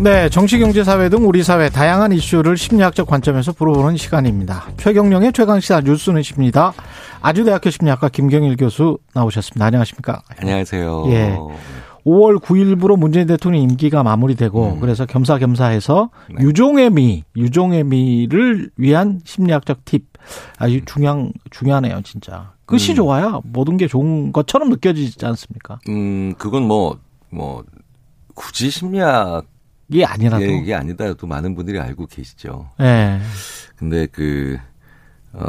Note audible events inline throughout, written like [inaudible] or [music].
네, 정치, 경제, 사회 등 우리 사회 다양한 이슈를 심리학적 관점에서 풀어보는 시간입니다. 최경령의 최강시사 뉴스는 십니다. 아주대학교 심리학과 김경일 교수 나오셨습니다. 안녕하십니까? 안녕하세요. 예. 5월 9일부로 문재인 대통령 임기가 마무리되고 그래서 겸사겸사해서 음. 네. 유종의 미, 유종의 미를 위한 심리학적 팁. 아주 중요한 중요하네요, 진짜. 끝이 음. 좋아야 모든 게 좋은 것처럼 느껴지지 않습니까? 음, 그건 뭐, 뭐, 굳이 심리학 이게 아니라도. 예. 얘기 아니다도 많은 분들이 알고 계시죠. 예. 근데 그, 어,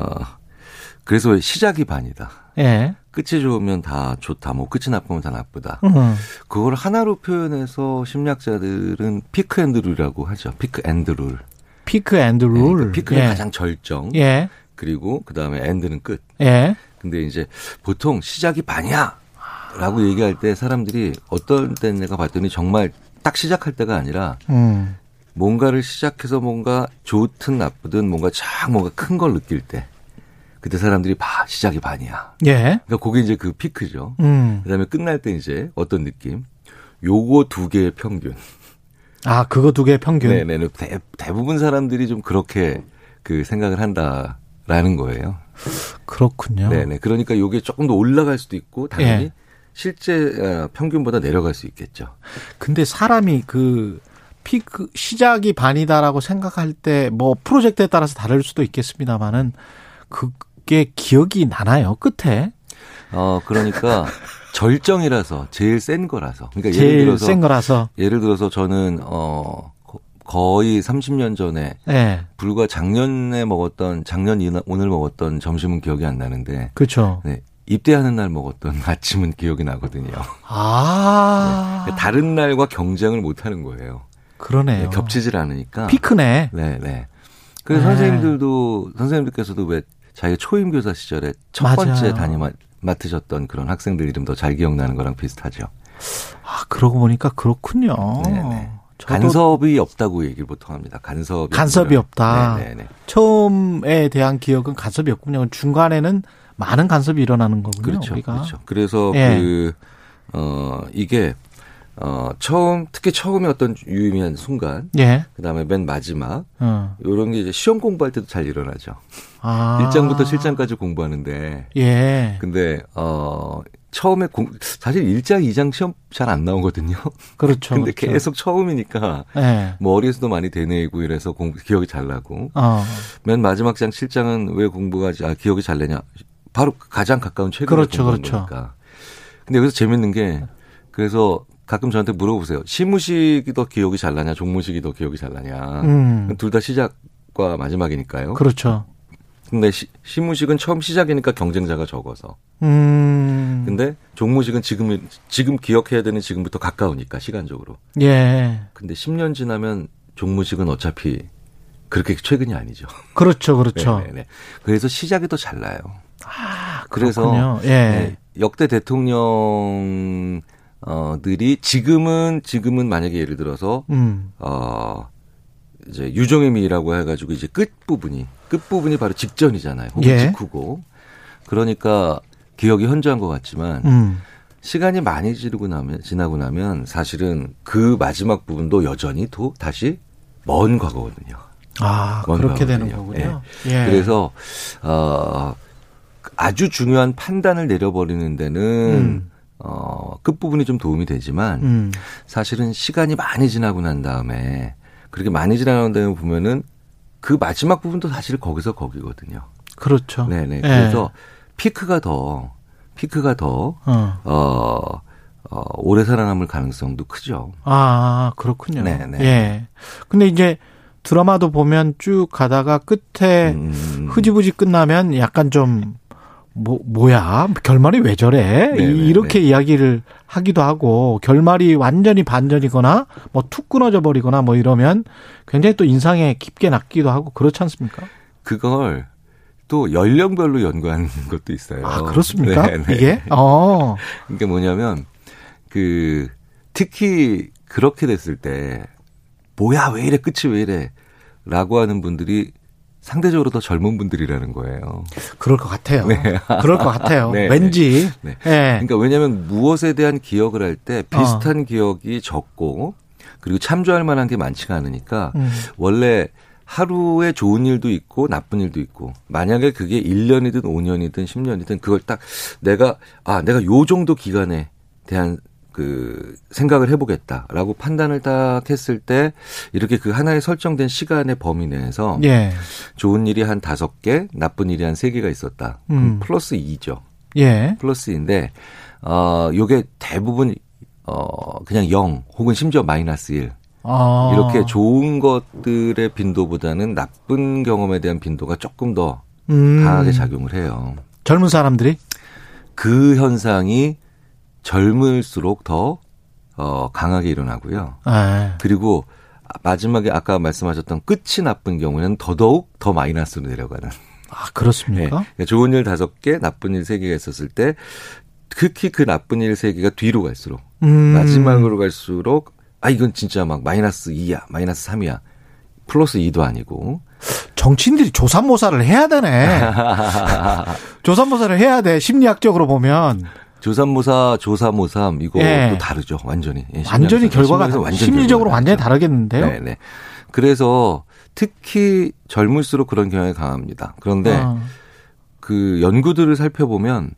그래서 시작이 반이다. 예, 끝이 좋으면 다 좋다. 뭐, 끝이 나쁘면 다 나쁘다. 음. 그걸 하나로 표현해서 심리학자들은 피크 앤드 룰이라고 하죠. 피크 앤드 룰. 피크 앤드 네, 룰. 그러니까 피크는 예. 가장 절정. 예. 그리고 그 다음에 앤드는 끝. 예. 근데 이제 보통 시작이 반이야! 라고 얘기할 때 사람들이 어떤 때는 내가 봤더니 정말 딱 시작할 때가 아니라 음. 뭔가를 시작해서 뭔가 좋든 나쁘든 뭔가 쫙 뭔가 큰 걸 느낄 때 그때 사람들이 봐 시작이 반이야. 예. 그러니까 그게 이제 그 피크죠. 음. 그다음에 끝날 때 이제 어떤 느낌? 요거 두 개의 평균. 아, 그거 두 개의 평균. 네, 네. 대, 대부분 사람들이 좀 그렇게 그 생각을 한다라는 거예요. 그렇군요. 네, 네. 그러니까 요게 조금 더 올라갈 수도 있고 당연히 어. 예. 실제 어, 평균보다 내려갈 수 있겠죠. 근데 사람이 그 피크 시작이 반이다라고 생각할 때 뭐 프로젝트에 따라서 다를 수도 있겠습니다만은 그게 기억이 나나요? 끝에 어, [laughs] 그러니까 절정이라서 제일 센 거라서. 그러니까 예를 제일 들어서 센 거라서. 예를 들어서 저는 어 거- 거의 30년 전에 예. 불과 작년에 먹었던 작년 이나- 오늘 먹었던 점심은 기억이 안 나는데 그렇죠. 네, 입대하는 날 먹었던 [laughs] 아침은 기억이 나거든요. 아. 네, 다른 날과 경쟁을 못 하는 거예요. 그러네요. 네, 겹치질 않으니까. 피크네. 네, 네. 그래서 네. 선생님들도 선생님들께서도 왜 자기가 초임 교사 시절에 첫 맞아요. 번째 담임 마- 맡으셨던 그런 학생들 이름도 잘 기억나는 거랑 비슷하죠. 아, 그러고 보니까 그렇군요. 네네. 저도 간섭이 없다고 얘기를 보통 합니다. 간섭이 간섭이 없는. 없다. 네, 네, 네. 처음에 대한 기억은 간섭이 없군요. 중간에는 많은 간섭이 일어나는 거군요. 그렇죠. 우리가. 그렇죠. 그래서 예. 그, 어, 이게, 어, 처음, 특히 처음에 어떤 유의미한 순간, 예. 그 다음에 맨 마지막, 어. 요런 게 이제 시험 공부할 때도 잘 일어나죠. 아. 일 1장부터 7장까지 공부하는데, 예. 근데, 어, 처음에 공, 사실 1장, 2장 시험 잘 안 나오거든요. 그렇죠. 근데 그렇죠. 계속 처음이니까, 예. 머리에서도 많이 되뇌이고 이래서 공, 기억이 잘 나고, 어. 맨 마지막 장 7장은 왜 공부가 아, 기억이 잘 되냐? 바로 가장 가까운 최근에 그렇죠, 공부한 그렇죠. 거니까. 근데 여기서 재밌는 게 그래서 가끔 저한테 물어보세요. 시무식이 더 기억이 잘 나냐, 종무식이 더 기억이 잘 나냐. 음. 둘 다 시작과 마지막이니까요. 그렇죠. 근데 시, 시무식은 처음 시작이니까 경쟁자가 적어서. 음. 근데 종무식은 지금 지금 기억해야 되는 지금부터 가까우니까 시간적으로. 예. 근데 10년 지나면 종무식은 어차피 그렇게 최근이 아니죠. [laughs] 그렇죠. 그렇죠. 네네네. 그래서 시작이 더 잘 나요. 아, 그래서 그렇군요. 예. 네, 역대 대통령 어들이 지금은 지금은 만약에 예를 들어서 음. 어 이제 유종의 미라고 해가지고 이제 끝 부분이 끝 부분이 바로 직전이잖아요. 혹은 예. 직후고 그러니까 기억이 현저한 것 같지만 음. 시간이 많이 지르고 나면 지나고 나면 사실은 그 마지막 부분도 여전히 또 다시 먼 과거거든요. 아, 뭔가 그렇게 되는 거거든요. 네. 거군요. 예. 그래서 어 아주 중요한 판단을 내려버리는 데는 음. 어 끝부분이 좀 도움이 되지만 음. 사실은 시간이 많이 지나고 난 다음에 그렇게 많이 지나고 난 다음에 보면은 그 마지막 부분도 사실 거기서 거기거든요. 그렇죠. 네네. 예. 그래서 피크가 더 피크가 더 어. 어, 어, 오래 살아남을 가능성도 크죠. 아, 그렇군요. 네네. 예. 근데 이제 드라마도 보면 쭉 가다가 끝에 음. 흐지부지 끝나면 약간 좀 뭐, 뭐야? 결말이 왜 저래? 네, 네, 이- 이렇게 이야기를 하기도 하고, 결말이 완전히 반전이거나, 뭐 툭 끊어져 버리거나 뭐 이러면 굉장히 또 인상에 깊게 남기도 하고, 그렇지 않습니까? 그걸 또 연령별로 연구하는 [laughs] 것도 있어요. 아, 그렇습니까? 네, 네. 이게? 어. 그러니까 뭐냐면 그 특히 그렇게 됐을 때 뭐야 왜 이래 끝이 왜 이래라고 하는 분들이 상대적으로 더 젊은 분들이라는 거예요. 그럴 것 같아요. 네. 그럴 것 [laughs] 같아요. 네. 왠지. 네. 그러니까 왜냐하면 무엇에 대한 기억을 할 때 비슷한 어. 기억이 적고 그리고 참조할 만한 게 많지가 않으니까 음. 원래 하루에 좋은 일도 있고 나쁜 일도 있고 만약에 그게 1년이든 5년이든 10년이든 그걸 딱 내가 아 내가 요 정도 기간에 대한 그 생각을 해보겠다라고 판단을 딱 했을 때 이렇게 그 하나의 설정된 시간의 범위 내에서 예. 좋은 일이 한 다섯 개, 나쁜 일이 한 세 개가 있었다. 음. 플러스 이죠 예. 플러스인데 어 요게 대부분 어 그냥 영 혹은 심지어 마이너스 일 아. 어. 이렇게 좋은 것들의 빈도보다는 나쁜 경험에 대한 빈도가 조금 더 음. 강하게 작용을 해요. 젊은 사람들이 그 현상이 젊을수록 더 어, 강하게 일어나고요. 네. 아. 그리고 마지막에 아까 말씀하셨던 끝이 나쁜 경우에는 더더욱 더 마이너스로 내려가는. 아 그렇습니까? 네. 좋은 일 다섯 개, 나쁜 일 세 개가 있었을 때 특히 그 나쁜 일 세 개가 뒤로 갈수록 음. 마지막으로 갈수록 아 이건 진짜 막 마이너스 2야, 마이너스 3이야. 플러스 2도 아니고. 정치인들이 조산모사를 해야 [laughs] 되네. 조산모사를 해야 돼. 심리학적으로 보면. 조삼모사, 조사모삼 이거 예. 또 다르죠, 완전히. 예, 완전히 결과가 완전 심리적으로 완전히 다르겠는데요. 네, 네. 그래서 특히 젊을수록 그런 경향이 강합니다. 그런데 어. 아. 그 연구들을 살펴보면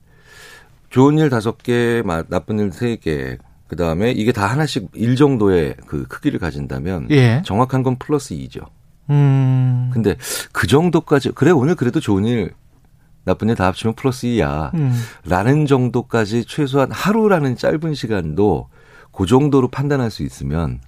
좋은 일 다섯 개, 나쁜 일 세 개, 그 다음에 이게 다 하나씩 일 정도의 그 크기를 가진다면 예. 정확한 건 플러스 이죠 음. 근데 그 정도까지 그래 오늘 그래도 좋은 일 나쁜 일 다 합치면 플러스 이야 음. 라는 정도까지 최소한 하루라는 짧은 시간도 그 정도로 판단할 수 있으면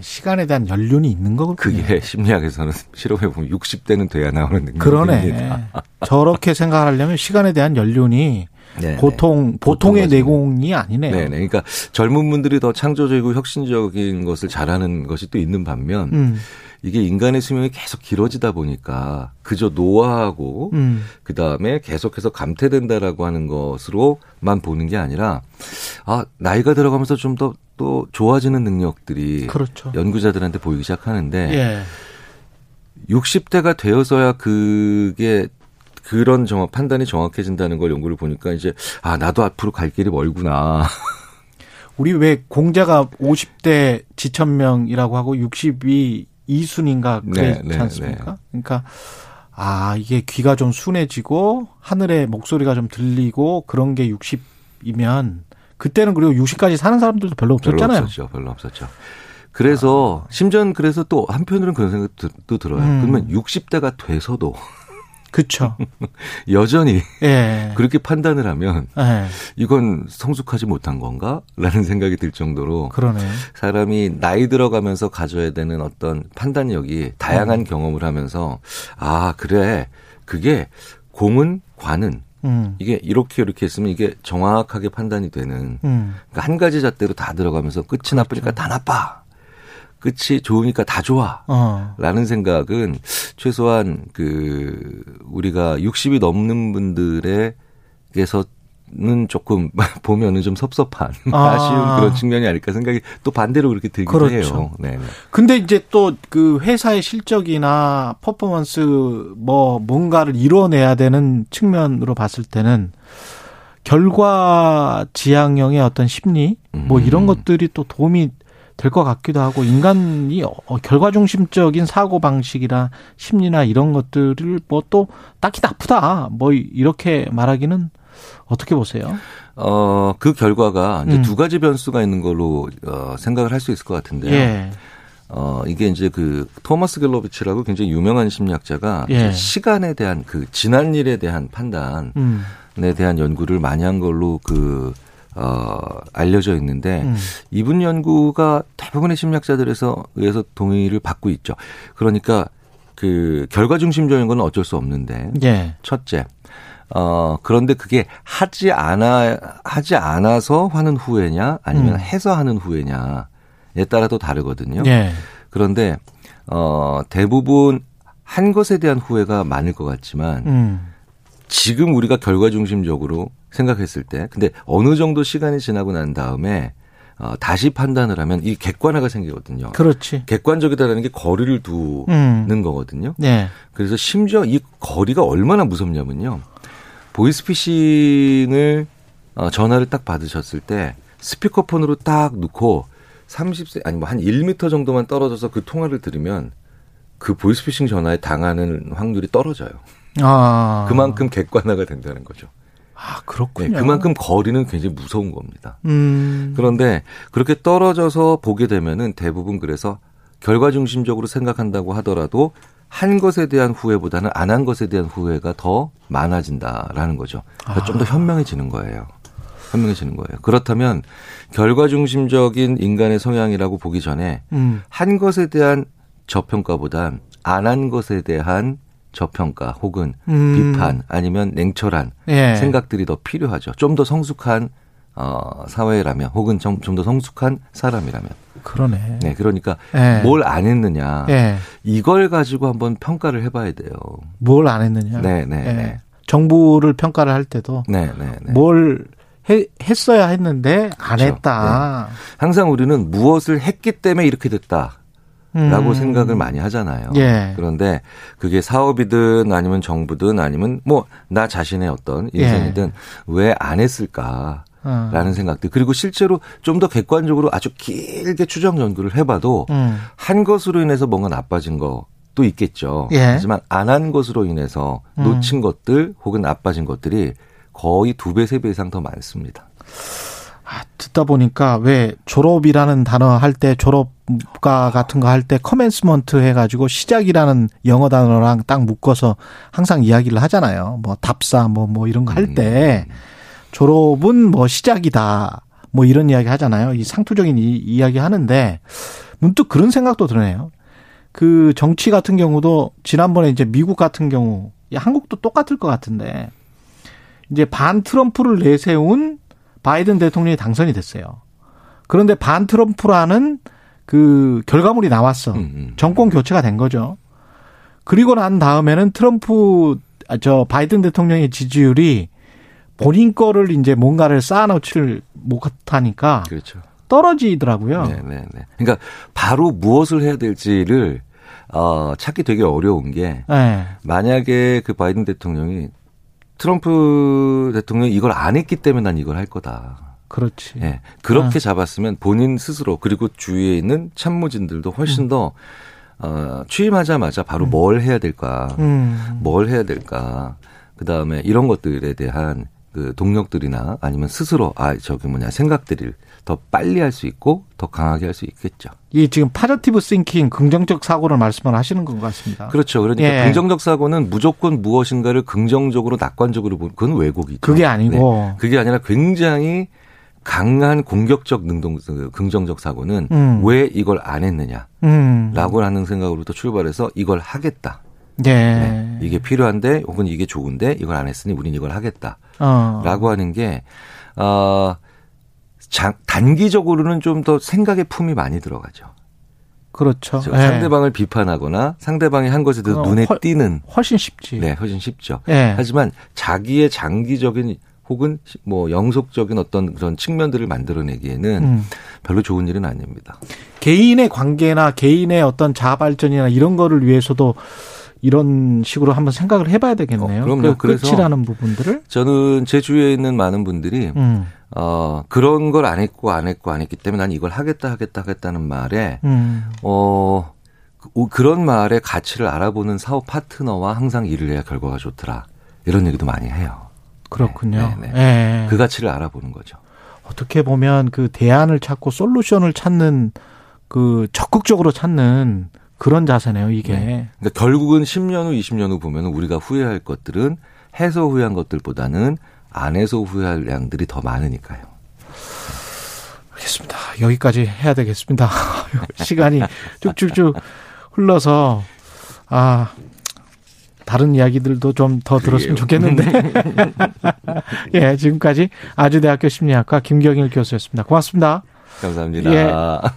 시간에 대한 연륜이 있는 거군요. 그게 심리학에서는 실험해 보면 60대는 돼야 나오는 음. 능력입니다. 그러네. 저렇게 생각하려면 시간에 대한 연륜이 네네. 보통 보통의 내공이 아니네요. 네, 그러니까 젊은 분들이 더 창조적이고 혁신적인 것을 잘하는 것이 또 있는 반면 음. 이게 인간의 수명이 계속 길어지다 보니까 그저 노화하고 음. 그 다음에 계속해서 감퇴된다라고 하는 것으로만 보는 게 아니라 아 나이가 들어가면서 좀 더 또 좋아지는 능력들이 그렇죠. 연구자들한테 보이기 시작하는데 네. 예. 60대가 되어서야 그게 그런 정확 판단이 정확해진다는 걸 연구를 보니까 이제 아 나도 앞으로 갈 길이 멀구나. 우리 왜 공자가 50대 지천명이라고 하고 62 이순인가 그랬지 네, 않습니까? 네, 네. 그러니까 아 이게 귀가 좀 순해지고 하늘의 목소리가 좀 들리고 그런 게 60이면 그때는 그리고 60까지 사는 사람들도 별로 없었잖아요. 별로 없었죠. 별로 없었죠. 그래서 아. 심지어 그래서 또 한편으로는 그런 생각도 들어요. 음. 그러면 60대가 돼서도 [laughs] 그렇죠. 여전히 [laughs] 네. 예. 그렇게 판단을 하면 예. 이건 성숙하지 못한 건가라는 생각이 들 정도로 그러네. 사람이 나이 들어가면서 가져야 되는 어떤 판단력이 다양한 음. 경험을 하면서 아 그래 그게 공은 관은 음. 이게 이렇게 이렇게 했으면 이게 정확하게 판단이 되는 음. 그러니까 한 가지 잣대로 다 들어가면서 끝이 그렇죠. 나쁘니까 다 나빠 끝이 좋으니까 다 좋아. 어. 라는 생각은 최소한 그 우리가 60이 넘는 분들에게서는 조금 [laughs] 보면은 좀 섭섭한 [laughs] 아. 쉬운 그런 측면이 아닐까 생각이 또 반대로 그렇게 들기도 그렇죠. 해요. 네. 근데 이제 또 그 회사의 실적이나 퍼포먼스 뭐 뭔가를 이뤄내야 되는 측면으로 봤을 때는 결과 지향형의 어떤 심리 뭐 이런 것들이 또 도움이 될것 같기도 하고 인간이 어, 결과 중심적인 사고 방식이나 심리나 이런 것들을 뭐 또 딱히 나쁘다 뭐 이렇게 말하기는 어떻게 보세요? 어 그 결과가 이제 음. 두 가지 변수가 있는 걸로 어, 생각을 할 수 있을 것 같은데요. 예. 어 이게 이제 그 토마스 갤러비치라고 굉장히 유명한 심리학자가 예. 시간에 대한 그 지난 일에 대한 판단에 음. 대한 연구를 많이 한 걸로 그 어, 알려져 있는데 음. 이분 연구가 대부분의 심리학자들에서 의해서 동의를 받고 있죠. 그러니까 그 결과 중심적인 건 어쩔 수 없는데 예. 첫째 어 그런데 그게 하지 않아 하지 않아서 하는 후회냐 아니면 음. 해서 하는 후회냐에 따라 또 다르거든요. 예. 그런데 어 대부분 한 것에 대한 후회가 많을 것 같지만 음. 지금 우리가 결과 중심적으로 생각했을 때, 근데 어느 정도 시간이 지나고 난 다음에 어, 다시 판단을 하면 이 객관화가 생기거든요. 그렇지. 객관적이다라는 게 거리를 두는 음. 거거든요. 네. 그래서 심지어 이 거리가 얼마나 무섭냐면요. 보이스피싱을 어, 전화를 딱 받으셨을 때 스피커폰으로 딱 놓고 30세 아니 뭐 한 1미터 정도만 떨어져서 그 통화를 들으면 그 보이스피싱 전화에 당하는 확률이 떨어져요. 아. 그만큼 객관화가 된다는 거죠. 아, 그렇군요. 네, 그만큼 거리는 굉장히 무서운 겁니다. 음. 그런데 그렇게 떨어져서 보게 되면은 대부분 그래서 결과 중심적으로 생각한다고 하더라도 한 것에 대한 후회보다는 안 한 것에 대한 후회가 더 많아진다라는 거죠. 그러니까 아. 좀더 현명해지는 거예요. 현명해지는 거예요. 그렇다면 결과 중심적인 인간의 성향이라고 보기 전에 음. 한 것에 대한 저평가보단 안 한 것에 대한 저평가 혹은 음. 비판 아니면 냉철한 예. 생각들이 더 필요하죠. 좀 더 성숙한 어, 사회라면 혹은 좀 더 성숙한 사람이라면. 그러네. 네, 그러니까 예. 뭘안 했느냐 예. 이걸 가지고 한번 평가를 해봐야 돼요. 뭘 안 했느냐. 예. 네, 네, 네. 정부를 평가를 할 때도 네, 네, 네. 뭘 해, 했어야 했는데 안 그렇죠. 했다. 네. 항상 우리는 무엇을 했기 때문에 이렇게 됐다. 라고 음. 생각을 많이 하잖아요. 예. 그런데 그게 사업이든 아니면 정부든 아니면 뭐 나 자신의 어떤 인생이든 예. 왜안 했을까? 어. 라는 음. 생각들 그리고 실제로 좀 더 객관적으로 아주 길게 추정 연구를 해봐도 음. 한 것으로 인해서 뭔가 나빠진 거. 도 있겠죠. 예. 음. 하지만 안 한 것으로 인해서 놓친 것들 혹은 나빠진 것들이 거의 두 배, 세 배 이상 더 많습니다. 아, 듣다 보니까 왜 졸업이라는 단어 할 때 졸업과 같은 거 할 때 커맨스먼트 해가지고 시작이라는 영어 단어랑 딱 묶어서 항상 이야기를 하잖아요. 뭐 답사 뭐뭐 뭐 이런 거 할 때 졸업은 뭐 시작이다 뭐 이런 이야기 하잖아요. 이 상투적인 이, 이야기 하는데 문득 그런 생각도 드네요. 그 정치 같은 경우도 지난번에 이제 미국 같은 경우 한국도 똑같을 것 같은데 이제 반 트럼프를 내세운 바이든 대통령이 당선이 됐어요. 그런데 반 트럼프라는 그 결과물이 음, 나왔어. 정권 교체가 된 거죠. 그리고 난 다음에는 트럼프 아, 저 바이든 대통령의 지지율이 본인 거를 이제 뭔가를 쌓아놓지를 못하니까 그렇죠. 떨어지더라고요. 네네네. 그러니까 바로 무엇을 해야 될지를 어, 찾기 되게 어려운 게 네. 만약에 그 바이든 대통령이 트럼프 대통령이 이걸 안 했기 때문에 난 이걸 할 거다. 그렇지. 예. 그렇게 아. 잡았으면 본인 스스로 그리고 주위에 있는 참모진들도 훨씬 음. 더 어, 취임하자마자 바로 음. 뭘 해야 될까, 음. 뭘 해야 될까, 그 다음에 이런 것들에 대한 그 동력들이나 아니면 스스로 아 저기 뭐냐 생각들을 더 빨리 할 수 있고 더 강하게 할 수 있겠죠. 이 지금 파저티브 싱킹 긍정적 사고를 말씀을 하시는 것 같습니다. 그렇죠. 그러니까 예. 긍정적 사고는 무조건 무엇인가를 긍정적으로 낙관적으로 보는 그건 왜곡이죠. 그게 아니고 네. 그게 아니라 굉장히 강한 공격적 능동 그 긍정적 사고는 음. 왜 이걸 안 했느냐라고 음. 하는 생각으로부터 출발해서 이걸 하겠다. 예. 네. 이게 필요한데 혹은 이게 좋은데 이걸 안 했으니 우린 이걸 하겠다. 어. 라고 하는 게, 어, 장, 단기적으로는 좀 더 생각의 품이 많이 들어가죠. 그렇죠. 예. 상대방을 비판하거나 상대방이 한 것에 대해서 눈에 훨, 띄는. 훨씬 쉽지. 네, 훨씬 쉽죠. 예. 하지만 자기의 장기적인 혹은 뭐 영속적인 어떤 그런 측면들을 만들어내기에는 음. 별로 좋은 일은 아닙니다. 개인의 관계나 개인의 어떤 자아 발전이나 이런 거를 위해서도 이런 식으로 한번 생각을 해봐야 되겠네요. 어, 그럼요. 그래서 네. 끝이라는 부분들을 저는 제 주위에 있는 많은 분들이 음. 어 그런 걸 안 했고 안 했고 안 했기 때문에 난 이걸 하겠다 하겠다 하겠다는 말에 음. 어 그런 말의 가치를 알아보는 사업 파트너와 항상 일을 해야 결과가 좋더라 이런 얘기도 많이 해요. 그렇군요. 예. 네, 네, 네. 그 가치를 알아보는 거죠. 어떻게 보면 그 대안을 찾고 솔루션을 찾는 그 적극적으로 찾는 그런 자세네요, 이게. 네. 그러니까 결국은 10년 후, 20년 후 보면 우리가 후회할 것들은 해서 후회한 것들보다는 안 해서 후회할 양들이 더 많으니까요. 알겠습니다. 여기까지 해야 되겠습니다. [laughs] 시간이 쭉쭉쭉 흘러서 아 다른 이야기들도 좀 더 들었으면 좋겠는데. [laughs] 예, 지금까지 아주대학교 심리학과 김경일 교수였습니다. 고맙습니다. 감사합니다. 예.